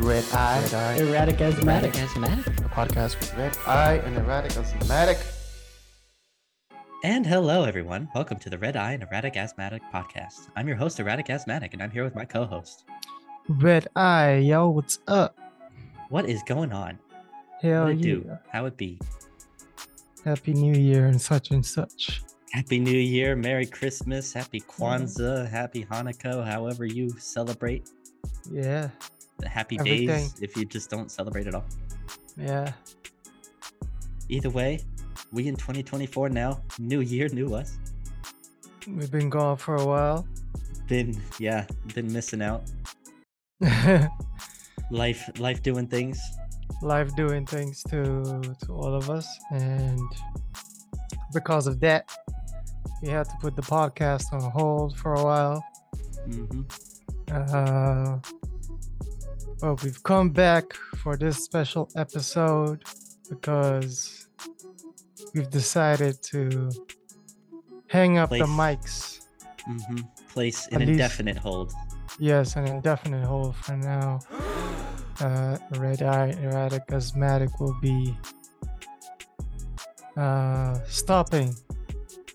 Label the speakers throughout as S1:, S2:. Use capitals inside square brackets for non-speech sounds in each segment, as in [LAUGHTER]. S1: Red Eye. Red Eye.
S2: Erratic asthmatic.
S1: A podcast with Red Eye and Erratic Asthmatic.
S3: And hello, everyone. Welcome to the Red Eye and Erratic Asthmatic podcast. I'm your host, Erratic Asthmatic, and I'm here with my co host.
S4: Red Eye, yo, what's up?
S3: What is going on?
S4: Hell
S3: what
S4: Oh, yeah.
S3: it do? How it be?
S4: Happy New Year and such and such.
S3: Happy New Year, Merry Christmas, Happy Kwanzaa, Happy Hanukkah, however you celebrate.
S4: Yeah,
S3: Happy
S4: Everything.
S3: days if you just don't celebrate at all.
S4: yeah.
S3: Either way, we in 2024 now, new year, new us.
S4: We've been gone for a while. [LAUGHS]
S3: Been, yeah, been missing out. Life, life doing things.
S4: Life doing things to to all of us, and because of that, we had to put the podcast on hold for a while.
S3: hmm
S4: Uh, but we've come back for this special episode because we've decided to hang up the
S3: Place-
S4: mics.
S3: hmm Place an
S4: At least-
S3: indefinite hold.
S4: Yes, an indefinite hold for now. Uh, red eye erratic asthmatic will be uh, stopping.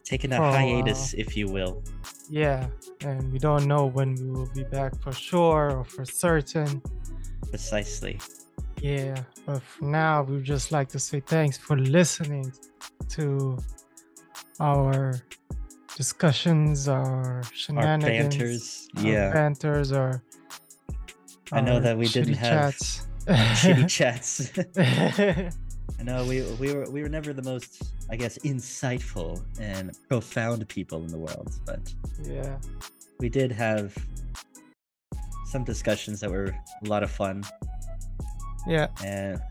S3: Taking a
S4: for a
S3: hiatus, if you will.
S4: Yeah, and we don't know when we will be back for sure or for certain.
S3: Precisely.
S4: Yeah, but for now, we would just like to say thanks for listening to our discussions, our
S3: Our
S4: shenanigans,
S3: banters.
S4: our
S3: Yeah.
S4: banters, our.
S3: I know
S4: our
S3: that we didn't
S4: shitty
S3: have
S4: chats.
S3: [LAUGHS]
S4: [LAUGHS]
S3: shitty chats. I know we we were we were never the most, I guess, insightful and profound people in the world, but
S4: yeah.
S3: we did have some discussions that were a lot of fun
S4: Yeah,
S3: and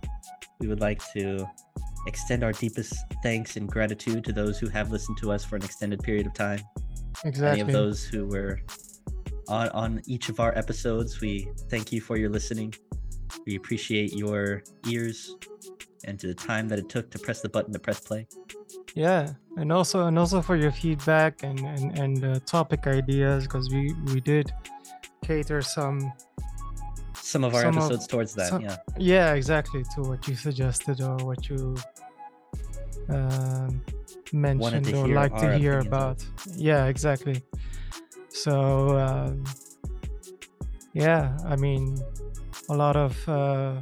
S3: we would like to extend our deepest thanks and gratitude to those who have listened to us for an extended period of time. any
S4: exactly.
S3: of those who were on on each of our episodes we thank you for your listening we appreciate your ears and to the time that it took to press the button to press play
S4: Yeah, and also and also for your feedback and and and uh, topic ideas because we we did cater some.
S3: some of our
S4: Some of-
S3: episodes towards that
S4: some-
S3: yeah
S4: Yeah, exactly to what you suggested or what you um, mentioned
S3: to
S4: or
S3: hear
S4: like to
S3: our
S4: hear
S3: opinions on.
S4: about. Yeah, exactly. So um, yeah, I mean, a lot of uh,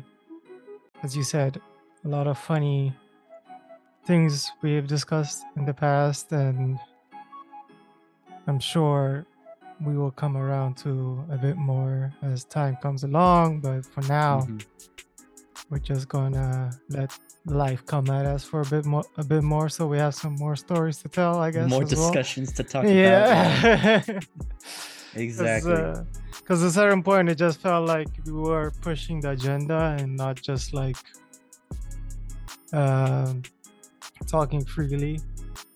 S4: as you said, a lot of funny things we have discussed in the past, and I'm sure we will come around to a bit more as time comes along. But for now,
S3: Mhm.
S4: we're just gonna let life come at us for a bit more, a bit more, so we have some more stories to tell. I guess
S3: more
S4: as well.
S3: discussions to talk
S4: [LAUGHS]
S3: about yeah. uh,
S4: Yeah,
S3: exactly
S4: uh, Because at a certain point, it just felt like we were pushing the agenda and not just like um, talking freely.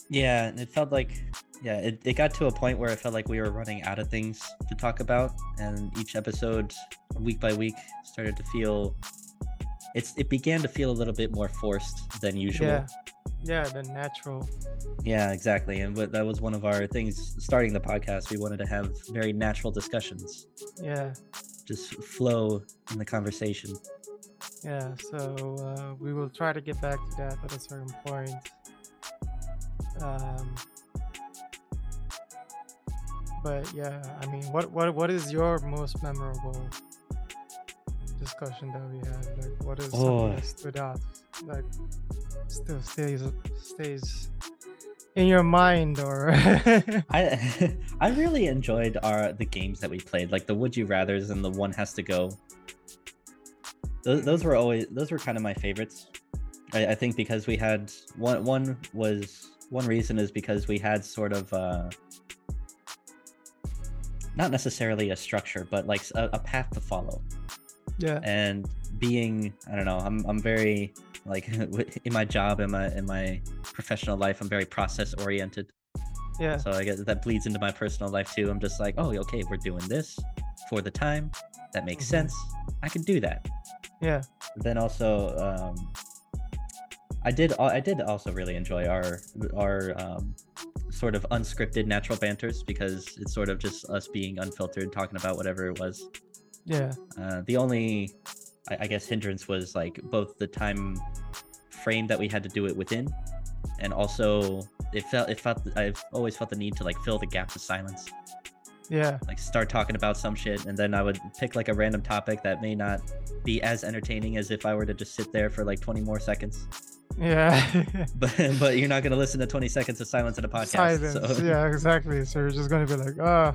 S3: yeah and it felt like yeah it, it got to a point where it felt like we were running out of things to talk about and each episode week by week started to feel it's it began to feel a little bit more forced than usual
S4: Yeah, yeah, the natural.
S3: Yeah, exactly. And what, that was one of our things starting the podcast. We wanted to have very natural discussions,
S4: Yeah,
S3: just flow in the conversation.
S4: yeah. So uh, we will try to get back to that at a certain point. Um, but yeah, I mean, what what what is your most memorable discussion that we had? Like, what is
S3: Oh.
S4: something that stood out? Like, still stays stays in your mind, or [LAUGHS]
S3: I [LAUGHS] I really enjoyed our the games that we played, like the Would You Rather's and the One Has to Go. Those, those were always those were kind of my favorites. I, I think because we had one one was one reason is because we had sort of uh, not necessarily a structure, but like s- a, a path to follow.
S4: yeah,
S3: and being i don't know i'm, I'm very like [LAUGHS] in my job in my in my professional life i'm very process oriented
S4: yeah,
S3: so i guess that bleeds into my personal life too i'm just like oh okay we're doing this for the time that makes
S4: Mhm.
S3: sense i can do that
S4: yeah,
S3: then also um i did i did also really enjoy our our um sort of unscripted natural banters because it's sort of just us being unfiltered talking about whatever it was
S4: yeah.
S3: uh, the only I, I guess hindrance was like both the time frame that we had to do it within, and also it felt it felt I've always felt the need to like fill the gaps of silence,
S4: Yeah.
S3: like start talking about some shit, and then I would pick like a random topic that may not be as entertaining as if I were to just sit there for like 20 more seconds. [LAUGHS]
S4: Yeah.
S3: But but you're not gonna listen to 20 seconds of silence in a podcast.
S4: Silence.
S3: so-
S4: Yeah, exactly. So you're just gonna be like, ah,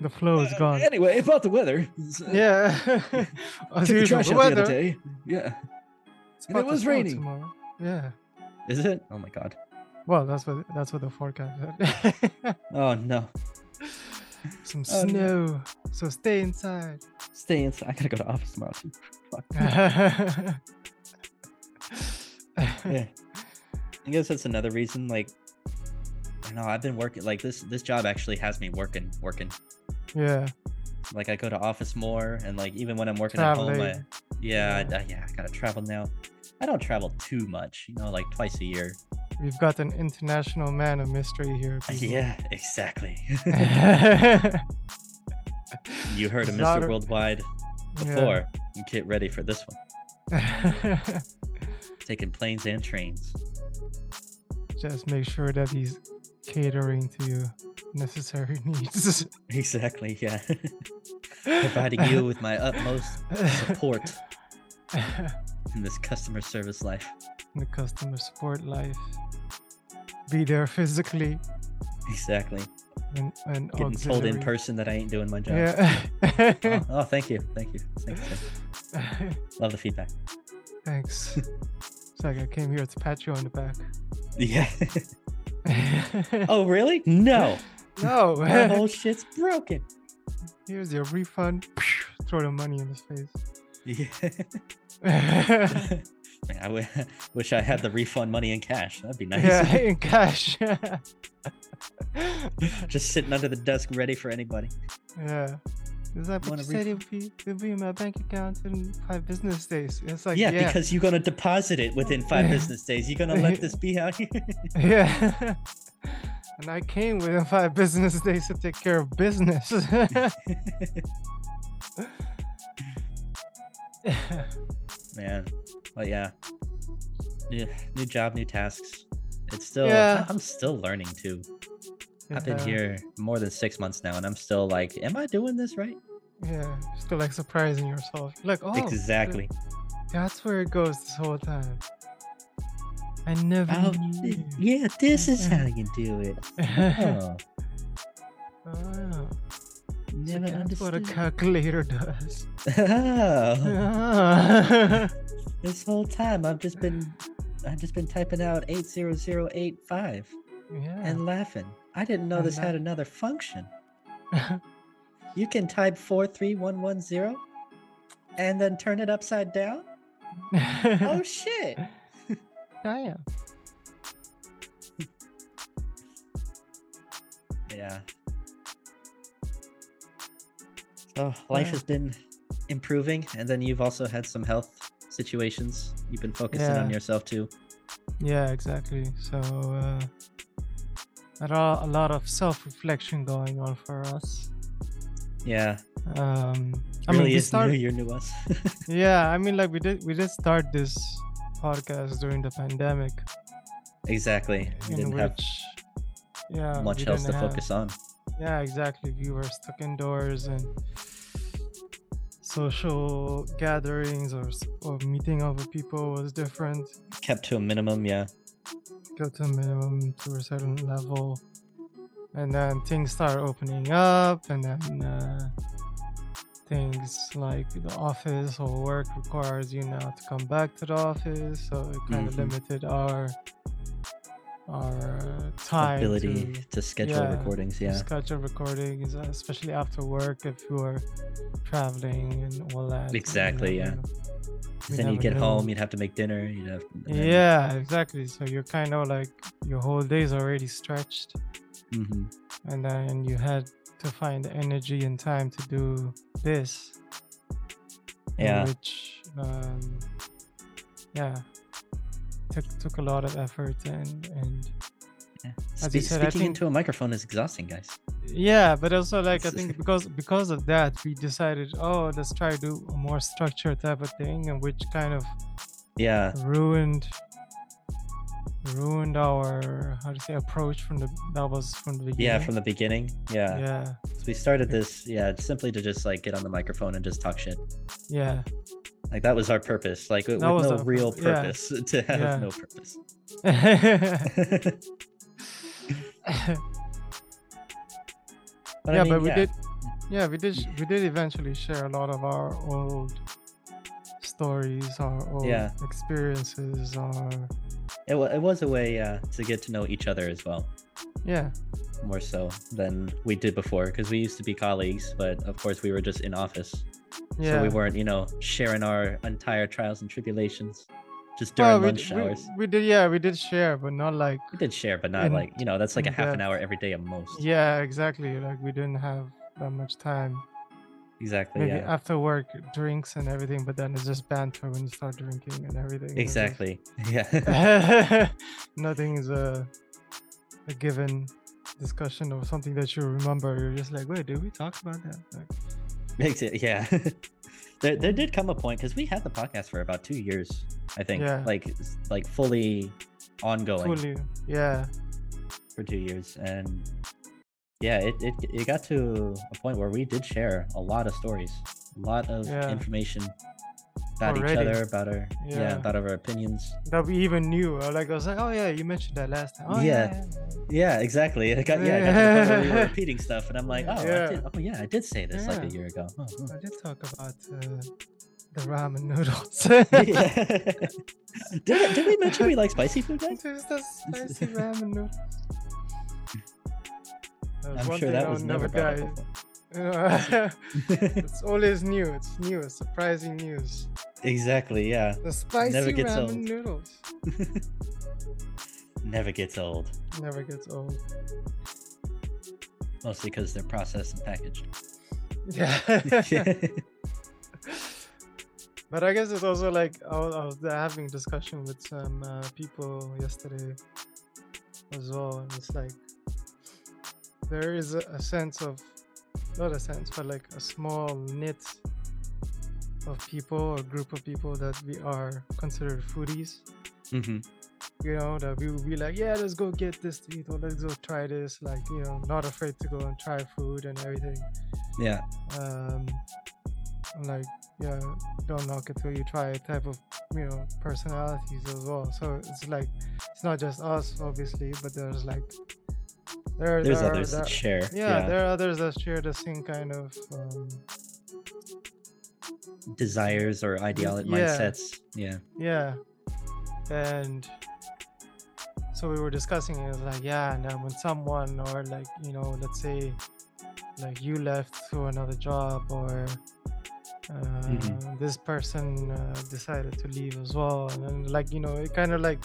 S4: the flow is
S3: [LAUGHS] Uh,
S4: gone.
S3: Anyway, about the weather. [LAUGHS]
S4: Yeah. [LAUGHS] As
S3: Took the
S4: usual,
S3: trash
S4: the
S3: out the other
S4: weather.
S3: day. Yeah.
S4: It's
S3: and it
S4: about to
S3: was
S4: snow
S3: raining.
S4: tomorrow. Yeah.
S3: Is it? Oh my god.
S4: Well, that's what that's what the forecast said. [LAUGHS]
S3: Oh no.
S4: Some
S3: Oh,
S4: snow.
S3: no.
S4: So stay inside.
S3: Stay inside. I gotta go to office tomorrow [LAUGHS] too.
S4: [LAUGHS]
S3: Fuck. yeah. I guess that's another reason. Like, I don't know I've been working. Like this, this job actually has me working, working.
S4: yeah.
S3: Like I go to office more, and like even when I'm working at home, I,
S4: Traveling.
S3: yeah,
S4: Yeah.
S3: I, I- yeah, I gotta travel now. I don't travel too much, you know, like twice a year.
S4: We've got an international man of mystery here. people.
S3: [LAUGHS]
S4: [LAUGHS]
S3: Yeah, exactly. you heard of
S4: There's a lot
S3: Mr.
S4: of-
S3: Worldwide
S4: [LAUGHS]
S3: before. Get ready for this one.
S4: Yeah.
S3: Taking planes and trains. [LAUGHS]
S4: Just make sure that he's catering to your necessary [LAUGHS] needs.
S3: Exactly. Yeah. [LAUGHS] Providing
S4: [LAUGHS]
S3: you [LAUGHS] with my utmost support in this customer service life. [LAUGHS]
S4: the customer support life. Be there physically
S3: Exactly.
S4: and, and
S3: Getting told in
S4: auxiliary.
S3: person that I ain't doing my job.
S4: Yeah.
S3: [LAUGHS]
S4: [LAUGHS]
S3: Oh, oh, thank you. Thank you. Thank you. thank you. Love the feedback.
S4: Thanks. It's like I came here to pat you on the back.
S3: Yeah. [LAUGHS] oh, really? No.
S4: [LAUGHS]
S3: [LAUGHS] My
S4: no,
S3: whole shit's broken.
S4: [LAUGHS] here's your refund. [LAUGHS] Throw the money in his face. [LAUGHS]
S3: Yeah. [LAUGHS] Man, I w- [LAUGHS] wish I had the refund money in cash. That'd be nice.
S4: Yeah, in cash.
S3: [LAUGHS]
S4: [LAUGHS]
S3: Just sitting under the desk ready for anybody.
S4: yeah. Is that what
S3: Want
S4: you
S3: a
S4: said? It'll be, it'll be in my bank account in five business days. It's like,
S3: yeah,
S4: yeah. Yeah.
S3: because you're gonna deposit
S4: [LAUGHS]
S3: it within five business days. You're gonna let this be out here.
S4: and I came within five business [LAUGHS] days to take care of business.
S3: [LAUGHS]
S4: [LAUGHS]
S3: man but yeah new, new job new tasks it's still
S4: Yeah.
S3: i'm still learning too i've
S4: Yeah.
S3: been here more than six months now and i'm still like am i doing this right
S4: Yeah. Still like surprising yourself. Like, oh.
S3: exactly
S4: That's where it goes this whole time. I never
S3: Oh,
S4: knew. [LAUGHS]
S3: th- yeah this is how you do it oh,
S4: Oh, so
S3: never
S4: that's what a
S3: understood
S4: calculator does.
S3: [LAUGHS] oh,
S4: [LAUGHS] Ah.
S3: this whole time i've just been i've just been typing out 80085 [LAUGHS]
S4: yeah.
S3: and laughing i didn't know
S4: And
S3: this
S4: laugh-
S3: had another function You can type 43110 and then turn it upside down?
S4: [LAUGHS]
S3: Oh shit. Oh,
S4: Damn.
S3: Yeah. So
S4: Yeah.
S3: life has been improving and then you've also had some health situations you've been focusing on
S4: Yeah.
S3: yourself too.
S4: Yeah, exactly. So, uh, there are a lot of self reflection going on for us.
S3: Yeah.
S4: Um, I mean,
S3: really
S4: we
S3: is
S4: start,
S3: new year new us. [LAUGHS]
S4: yeah, I mean, like we did, we did start this podcast during the pandemic,
S3: exactly. We
S4: in
S3: didn't
S4: which,
S3: have
S4: yeah,
S3: much
S4: we
S3: else to
S4: didn't uh, have-
S3: focus on.
S4: Yeah, exactly. We were stuck indoors and social gatherings or, s- or meeting up with people was different.
S3: Kept to a minimum, yeah.
S4: Got to a minimum to a certain level. And then things start opening up, and then uh, things like the office or work requires you now to come back to the office. So it kind of
S3: Mhm.
S4: limited our our time
S3: Ability
S4: to-
S3: to, schedule
S4: yeah,
S3: recordings, yeah.
S4: schedule recordings, especially after work if you are traveling and all that. you
S3: Exactly, yeah.
S4: never know. we
S3: Then you
S4: never
S3: get
S4: know.
S3: home, you'd have to make dinner, you'd have and then-
S4: Yeah, exactly. So you're kind of like your whole day's already stretched,
S3: Mhm.
S4: and then you had to find the energy and time to do this. in
S3: Yeah.
S4: Which, um, yeah, took took a lot of effort and and
S3: Yeah.
S4: As you
S3: Spe-
S4: said, I
S3: speaking
S4: think-
S3: into a microphone is exhausting, guys.
S4: yeah but also like i
S3: It's- [LAUGHS]
S4: think because because of that we decided oh let's try to do a more structured type of thing and which kind of
S3: Yeah.
S4: ruined ruined our how to say approach from the that was from the beginning
S3: Yeah, from the beginning. Yeah.
S4: yeah
S3: So we started this, yeah, simply to just like get on the microphone and just talk shit.
S4: yeah
S3: Like that was our purpose. Like with
S4: That
S3: with
S4: was
S3: no
S4: our
S3: real
S4: pur- yeah.
S3: purpose [LAUGHS] to have
S4: Yeah.
S3: no purpose. [LAUGHS]
S4: [LAUGHS] yeah
S3: but I mean,
S4: but we
S3: yeah,
S4: did yeah we did sh- we did eventually share a lot of our old stories our old
S3: Yeah.
S4: experiences our
S3: It, wa- it was a way uh, to get to know each other as well,
S4: yeah
S3: more so than we did before, because we used to be colleagues, but of course we were just in office,
S4: yeah
S3: so we weren't, you know, sharing our entire trials and tribulations, just during
S4: Well, we,
S3: lunch
S4: d- we-
S3: hours.
S4: we did yeah we did share but not like
S3: We did share, but not
S4: in-
S3: like you know, that's like a
S4: in
S3: half an
S4: depth.
S3: hour every day at most.
S4: yeah exactly like we didn't have that much time
S3: Exactly.
S4: maybe
S3: yeah.
S4: after work drinks and everything but then it's just banter when you start drinking and everything it's just-
S3: Exactly. [LAUGHS] Yeah.
S4: [LAUGHS] nothing is a, a given discussion or something that you remember you're just like wait did we talk about that like,
S3: Makes it, yeah. [LAUGHS] there, there did come a point because we had the podcast for about two years, I think.
S4: Yeah.
S3: Like, s- like fully ongoing
S4: fully yeah
S3: for two years, and yeah, it, it it got to a point where we did share a lot of stories, a lot of
S4: Yeah.
S3: information about each
S4: Already.
S3: other, about our yeah.
S4: Yeah.
S3: about our opinions.
S4: that we even knew uh, like i was like oh yeah you mentioned that last time oh,
S3: Yeah.
S4: yeah, yeah, yeah."
S3: Yeah, exactly. It got, yeah, it got to the point where we were
S4: [LAUGHS] Yeah.
S3: repeating stuff, and I'm like, oh,
S4: Yeah.
S3: I did, oh yeah, I did say this like a
S4: Yeah.
S3: year
S4: [LAUGHS]
S3: ago. Oh, hmm.
S4: I did talk about uh, the ramen
S3: [LAUGHS]
S4: noodles. [LAUGHS]
S3: did, did we mention we like spicy food, guys?
S4: It was the
S3: [LAUGHS]
S4: spicy ramen noodles. That one
S3: I'm sure
S4: thing
S3: that
S4: I'll
S3: was never brought
S4: die.
S3: up
S4: You know,
S3: before.
S4: [LAUGHS]
S3: [LAUGHS]
S4: it's always new. It's new. It's surprising news.
S3: exactly, yeah.
S4: The spicy
S3: gets
S4: ramen
S3: old.
S4: noodles
S3: Never gets old.
S4: never gets old.
S3: Mostly because they're processed
S4: [LAUGHS]
S3: and packaged. [LAUGHS]
S4: Yeah. but I guess it's also like I was, I was having discussion with some uh, people yesterday as well, and it's like there is a, a sense of not a sense, but like a small knit of people, a group of people that we are considered foodies.
S3: hmm
S4: You know that we will be like, yeah, let's go get this to eat, or let's go try this. Like you know, not afraid to go and try food and everything
S3: Yeah.
S4: um, like yeah, don't knock it till you try it type of you know personalities as well. So it's like it's not just us obviously, but there's like there
S3: There's
S4: there,
S3: others
S4: there,
S3: that share.
S4: uh, yeah, there are others that share the same kind of um,
S3: Desires or ideology
S4: yeah.
S3: mindsets. Yeah.
S4: yeah, and so we were discussing it like yeah, and then when someone or like you know let's say like you left to another job or uh,
S3: Mhm.
S4: this person uh, decided to leave as well and then like you know it kind of like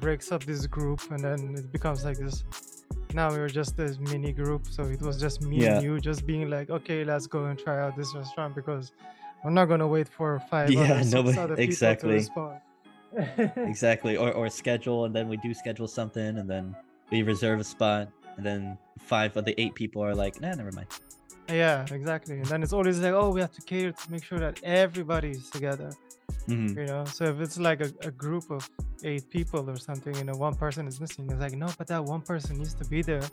S4: breaks up this group and then it becomes like this now we were just this mini group so it was just me
S3: Yeah.
S4: and you just being like okay let's go and try out this restaurant because i'm not gonna wait for five
S3: Yeah,
S4: other, six
S3: nobody-
S4: other people
S3: exactly.
S4: to
S3: [LAUGHS]
S4: respond
S3: Exactly. Or or schedule, and then we do schedule something, and then we reserve a spot, and then five of the eight people are like, nah, never mind.
S4: yeah exactly and then it's always like oh we have to cater to make sure that everybody's together
S3: hmm
S4: you know so if it's like a, a group of eight people or something you know one person is missing it's like no but that one person needs to be there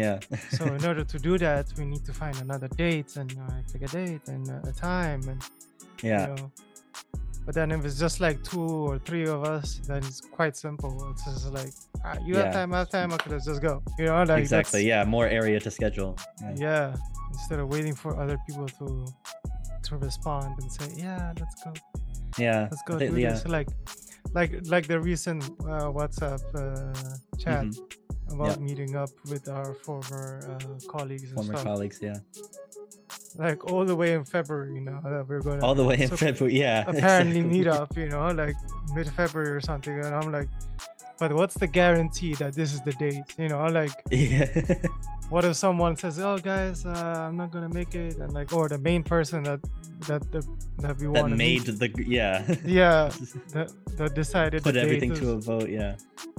S3: Yeah. [LAUGHS]
S4: so in order to do that we need to find another date and uh, pick a date and uh, a time and
S3: yeah.
S4: you know but then if it's just like two or three of us then it's quite simple it's just like ah, you
S3: Yeah.
S4: have time i have time okay let's just go you know like
S3: exactly.
S4: that's-
S3: Yeah. More area to schedule. Yeah.
S4: yeah instead of waiting for other people to to respond and say yeah let's go
S3: Yeah.
S4: let's go
S3: I think-
S4: do
S3: yeah.
S4: this like like like the recent uh, whatsapp uh, chat
S3: Mhm.
S4: about meeting up with our former uh, colleagues and
S3: Former
S4: stuff
S3: colleagues. Yeah.
S4: like all the way in february you know that we're gonna
S3: All [LAUGHS] the way in
S4: So,
S3: February. Yeah. [LAUGHS]
S4: apparently
S3: exactly.
S4: meet up you know like mid-february or something and i'm like but what's the guarantee that this is the date you know like
S3: [LAUGHS] Yeah.
S4: what if someone says oh guys uh, i'm not gonna make it and like or the main person that that that, that we
S3: that
S4: want
S3: made the yeah.
S4: [LAUGHS]
S3: [LAUGHS]
S4: yeah that, that decided
S3: Put
S4: the date
S3: everything
S4: is-
S3: to a vote. Yeah.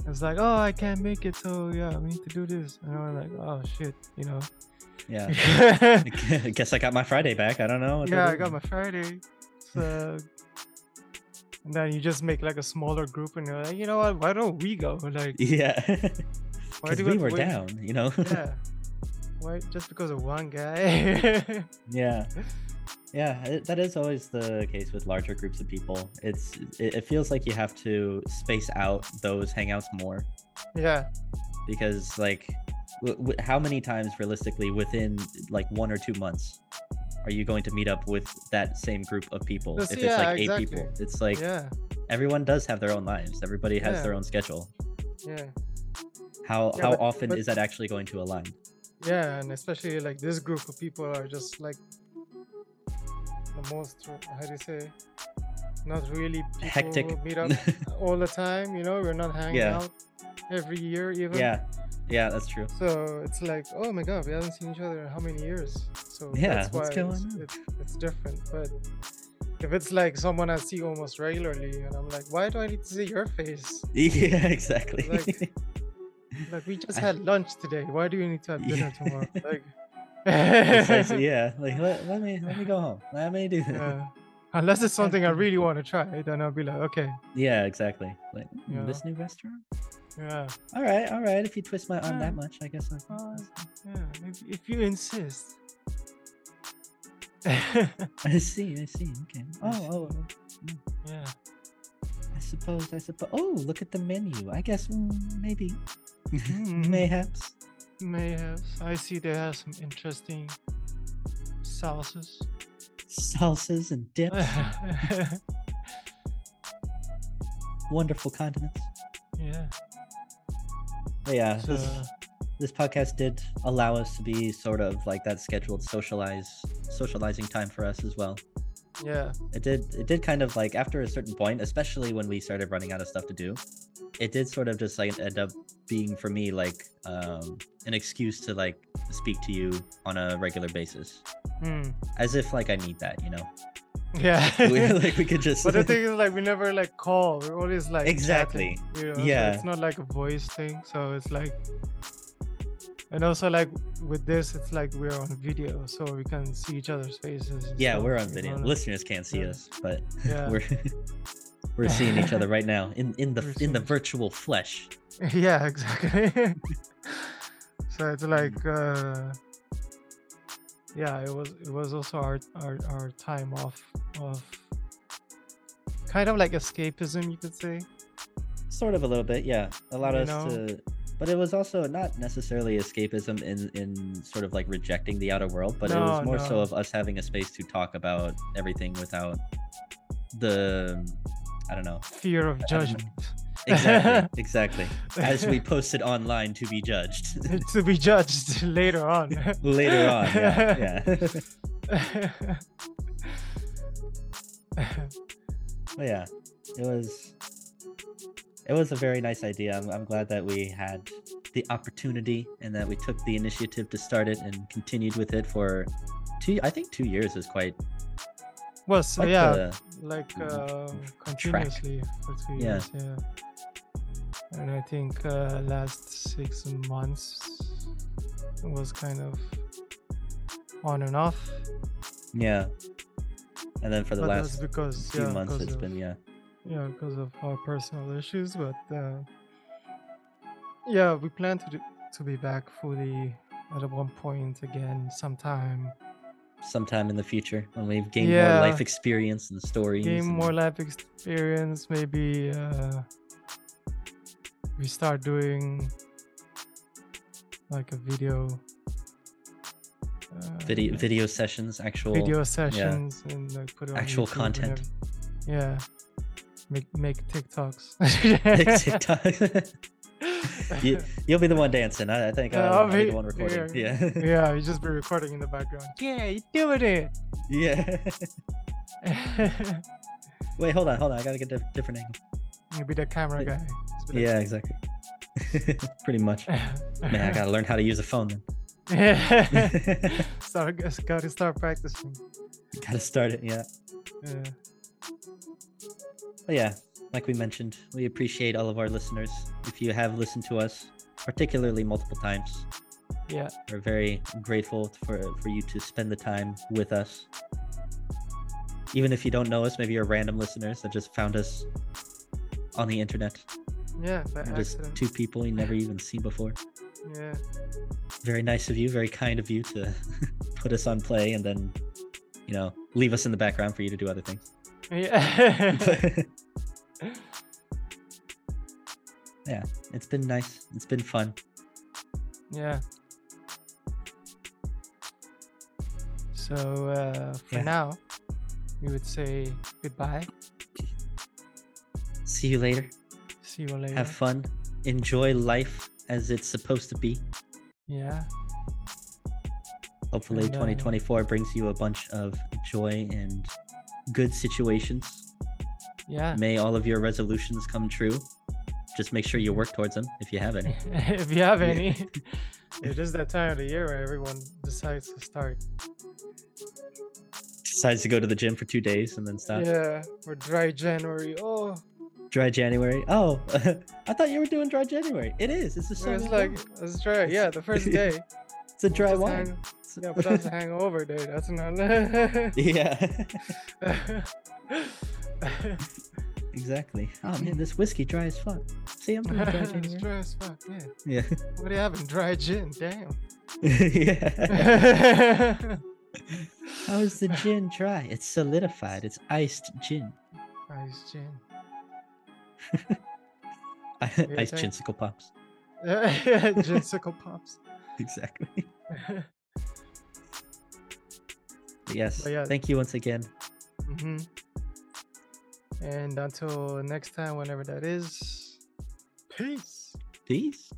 S4: It's like, oh, I can't make it, so yeah, we need to do this. And I'm like, oh shit, you know.
S3: Yeah.
S4: [LAUGHS] yeah,
S3: I guess I got my Friday back. I don't know. what to
S4: I
S3: do.
S4: got my Friday. So, and then you just make like a smaller group, and you're like, you know what? Why don't we go? Like,
S3: [LAUGHS] [LAUGHS] Yeah.
S4: why
S3: Because
S4: do
S3: we
S4: have to
S3: were
S4: wait-
S3: down, you know? [LAUGHS]
S4: Yeah. Why just because of one guy? [LAUGHS]
S3: [LAUGHS] yeah. Yeah, it, that is always the case with larger groups of people. It's it, it feels like you have to space out those hangouts more
S4: yeah.
S3: because like w- w- how many times realistically within like one or two months are you going to meet up with that same group of people?
S4: Yes,
S3: if it's
S4: yeah,
S3: like eight
S4: exactly.
S3: people, it's like
S4: yeah.
S3: everyone does have their own lives. Everybody has
S4: Yeah.
S3: their own schedule.
S4: Yeah.
S3: How
S4: Yeah,
S3: how
S4: but-
S3: often
S4: but-
S3: is that actually going to align?
S4: Yeah, and especially like this group of people are just like the most how do you say not really people
S3: Hectic.
S4: who
S3: [LAUGHS]
S4: meet up all the time, you know, we're not hanging
S3: Yeah.
S4: out every year even.
S3: yeah, yeah, that's true. [LAUGHS]
S4: So it's like, oh my god, we haven't seen each other in how many years? So
S3: Yeah,
S4: that's why
S3: what's going
S4: it's,
S3: on?
S4: It's, it's different. But if it's like someone I see almost regularly and I'm like, why do I need to see your face?
S3: Yeah, exactly.
S4: Like, [LAUGHS] Like we just
S3: I-
S4: had lunch today. Why do you need to have dinner
S3: [LAUGHS] Yeah.
S4: tomorrow? Like
S3: [LAUGHS] Precisely, yeah. Like let, let me let me go home. Let me do that. [LAUGHS] Yeah,
S4: Yeah. Unless it's something I really want to try, then I'll be like, okay,
S3: exactly. Like "Hmm,
S4: Yeah.
S3: this new restaurant.
S4: yeah,
S3: All right, all right. If you twist my arm
S4: Yeah.
S3: that much, I guess. I can
S4: Oh,
S3: pass
S4: yeah. If, if you insist. [LAUGHS] yeah.
S3: it." [LAUGHS] I see. I see. Okay.
S4: I
S3: Oh, oh. oh, I suppose. I suppose. Oh, look at the menu. I guess mm, maybe, Mm-hmm.
S4: May
S3: mayhaps.
S4: mayhaps. I see they have some interesting sauces.
S3: Salsas and
S4: [LAUGHS]
S3: dips, and
S4: yeah.
S3: wonderful condiments. But yeah, this,
S4: So,
S3: this podcast did allow us to be sort of like that scheduled socialize socializing time for us as well.
S4: yeah.
S3: it did it did kind of like after a certain point especially when we started running out of stuff to do it did sort of just like end up being for me like um an excuse to like speak to you on a regular basis
S4: Hmm.
S3: [LAUGHS] as if like i need that you know [LAUGHS]
S4: [LAUGHS]
S3: we,
S4: Yeah.
S3: like we could just [LAUGHS]
S4: but the thing is, like, we never like call. We're always like
S3: Exactly.
S4: chatting, you know, so
S3: Yeah.
S4: it's not like a voice thing, so it's like. And also, like with this, it's like we're on video, so we can see each other's faces. and
S3: yeah
S4: stuff,
S3: we're on
S4: you
S3: video
S4: know, like-
S3: listeners can't see
S4: Yeah.
S3: us but
S4: Yeah.
S3: we're [LAUGHS] we're seeing each other right now in in the
S4: We're
S3: in the
S4: seeing-
S3: virtual flesh
S4: [LAUGHS] yeah, exactly. [LAUGHS] so it's like, uh, yeah, it was it was also our our, our time off of kind of like escapism, you could say.
S3: sort of a little bit yeah allowed
S4: You
S3: us
S4: know?
S3: to but it was also not necessarily escapism in in sort of like rejecting the outer world but it was
S4: No,
S3: more so
S4: no.
S3: of us having a space to talk about everything without the i don't know
S4: Fear of
S3: don't know.
S4: judgment. [LAUGHS]
S3: exactly exactly as we posted online to be judged [LAUGHS]
S4: [LAUGHS] to be judged later on. [LAUGHS]
S3: later on yeah, yeah. But yeah, it was it was a very nice idea. I'm, I'm glad that we had the opportunity and that we took the initiative to start it and continued with it for two. I think two years is quite.
S4: well, so
S3: quite
S4: yeah,
S3: the-
S4: like
S3: Mm,
S4: uh,
S3: track.
S4: continuously for two
S3: Yeah.
S4: years. Yeah. And I think uh, last six months was kind of on and off.
S3: yeah. And then for the
S4: but that's
S3: last
S4: because
S3: few
S4: yeah,
S3: months,
S4: because
S3: it's
S4: of,
S3: been yeah,
S4: yeah, because of our personal issues. But uh, yeah, we plan to do, to be back fully at one point again sometime.
S3: sometime in the future when we've gained
S4: Yeah.
S3: more life experience and stories.
S4: gain
S3: and-
S4: more life experience maybe uh, we start doing like a video uh,
S3: video video sessions, actual [LAUGHS]
S4: video sessions and like put it on
S3: Actual
S4: YouTube and
S3: content.
S4: everything. yeah make make
S3: [LAUGHS]
S4: [LAUGHS] tiktoks
S3: TikTok.
S4: [LAUGHS]
S3: you, [LAUGHS] you'll be the one dancing. I, I think
S4: Yeah,
S3: I'll,
S4: I'll
S3: I'll be
S4: be-
S3: uh, the one
S4: [LAUGHS]
S3: recording.
S4: yeah.
S3: Yeah.
S4: yeah you just be recording in the
S3: [LAUGHS]
S4: background yeah you're doing [LAUGHS] it
S3: Yeah. [LAUGHS] Wait, hold on, hold on. I gotta get a diff- different angle.
S4: you'll be the camera
S3: Yeah.
S4: guy Just be
S3: Yeah, exactly. Pretty much.
S4: [LAUGHS] like-
S3: Man, I gotta learn how to use a phone
S4: [LAUGHS] Yeah.
S3: then. [LAUGHS]
S4: start gotta start practicing
S3: gotta start it, yeah.
S4: yeah
S3: But yeah, like we mentioned, we appreciate all of our listeners. If you have listened to us, particularly multiple times,
S4: Yeah.
S3: We're very grateful for for you to spend the time with us. Even if you don't know us, maybe you're random listeners that just found us on the internet.
S4: Yeah. By
S3: We're just
S4: accident.
S3: two people you never even seen before.
S4: Yeah.
S3: Very nice of you, very kind of you to [LAUGHS] put us on play and then, you know, leave us in the background for you to do other things. [LAUGHS]
S4: Yeah.
S3: yeah, it's been nice. It's been fun.
S4: [LAUGHS] yeah. So uh, for
S3: Yeah.
S4: now, we would say goodbye.
S3: See you later.
S4: See you later.
S3: Have fun. Enjoy life as it's supposed to be.
S4: Yeah.
S3: Hopefully,
S4: And, uh,
S3: 2024 brings you a bunch of joy and good situations.
S4: Yeah.
S3: May all of your resolutions come true. Just make sure you work towards them if you have any.
S4: [LAUGHS] if you have
S3: Yeah.
S4: any. [LAUGHS] it is that time of the year where everyone decides to start.
S3: Decides to go to the gym for two days and then stop.
S4: Yeah. Or dry January. Oh,
S3: Dry January. Oh, [LAUGHS] I thought you were doing dry January. It is. It's a
S4: it was
S3: solid
S4: like
S3: wine.
S4: it's dry. Yeah, the
S3: [LAUGHS]
S4: first
S3: Yeah.
S4: day.
S3: it's a dry
S4: Just
S3: wine.
S4: hang- Yeah, but that's a hangover day. That's not. [LAUGHS]
S3: yeah. [LAUGHS] Exactly. Oh man, this whiskey dry as fuck. See, I'm doing dry
S4: [LAUGHS] it's
S3: January.
S4: dry as fuck. Yeah.
S3: Yeah.
S4: What do you have in dry gin?
S3: [LAUGHS]
S4: Damn. [LAUGHS]
S3: yeah. How is the gin dry? It's solidified. It's iced gin. [LAUGHS]
S4: nice gin.
S3: iced
S4: thank-
S3: ginsicle pops. [LAUGHS]
S4: [LAUGHS] Ginsicle pops. [LAUGHS]
S3: Exactly. But yes.
S4: But yeah.
S3: Thank you once again.
S4: hmm And until next time, whenever that is, peace.
S3: Peace.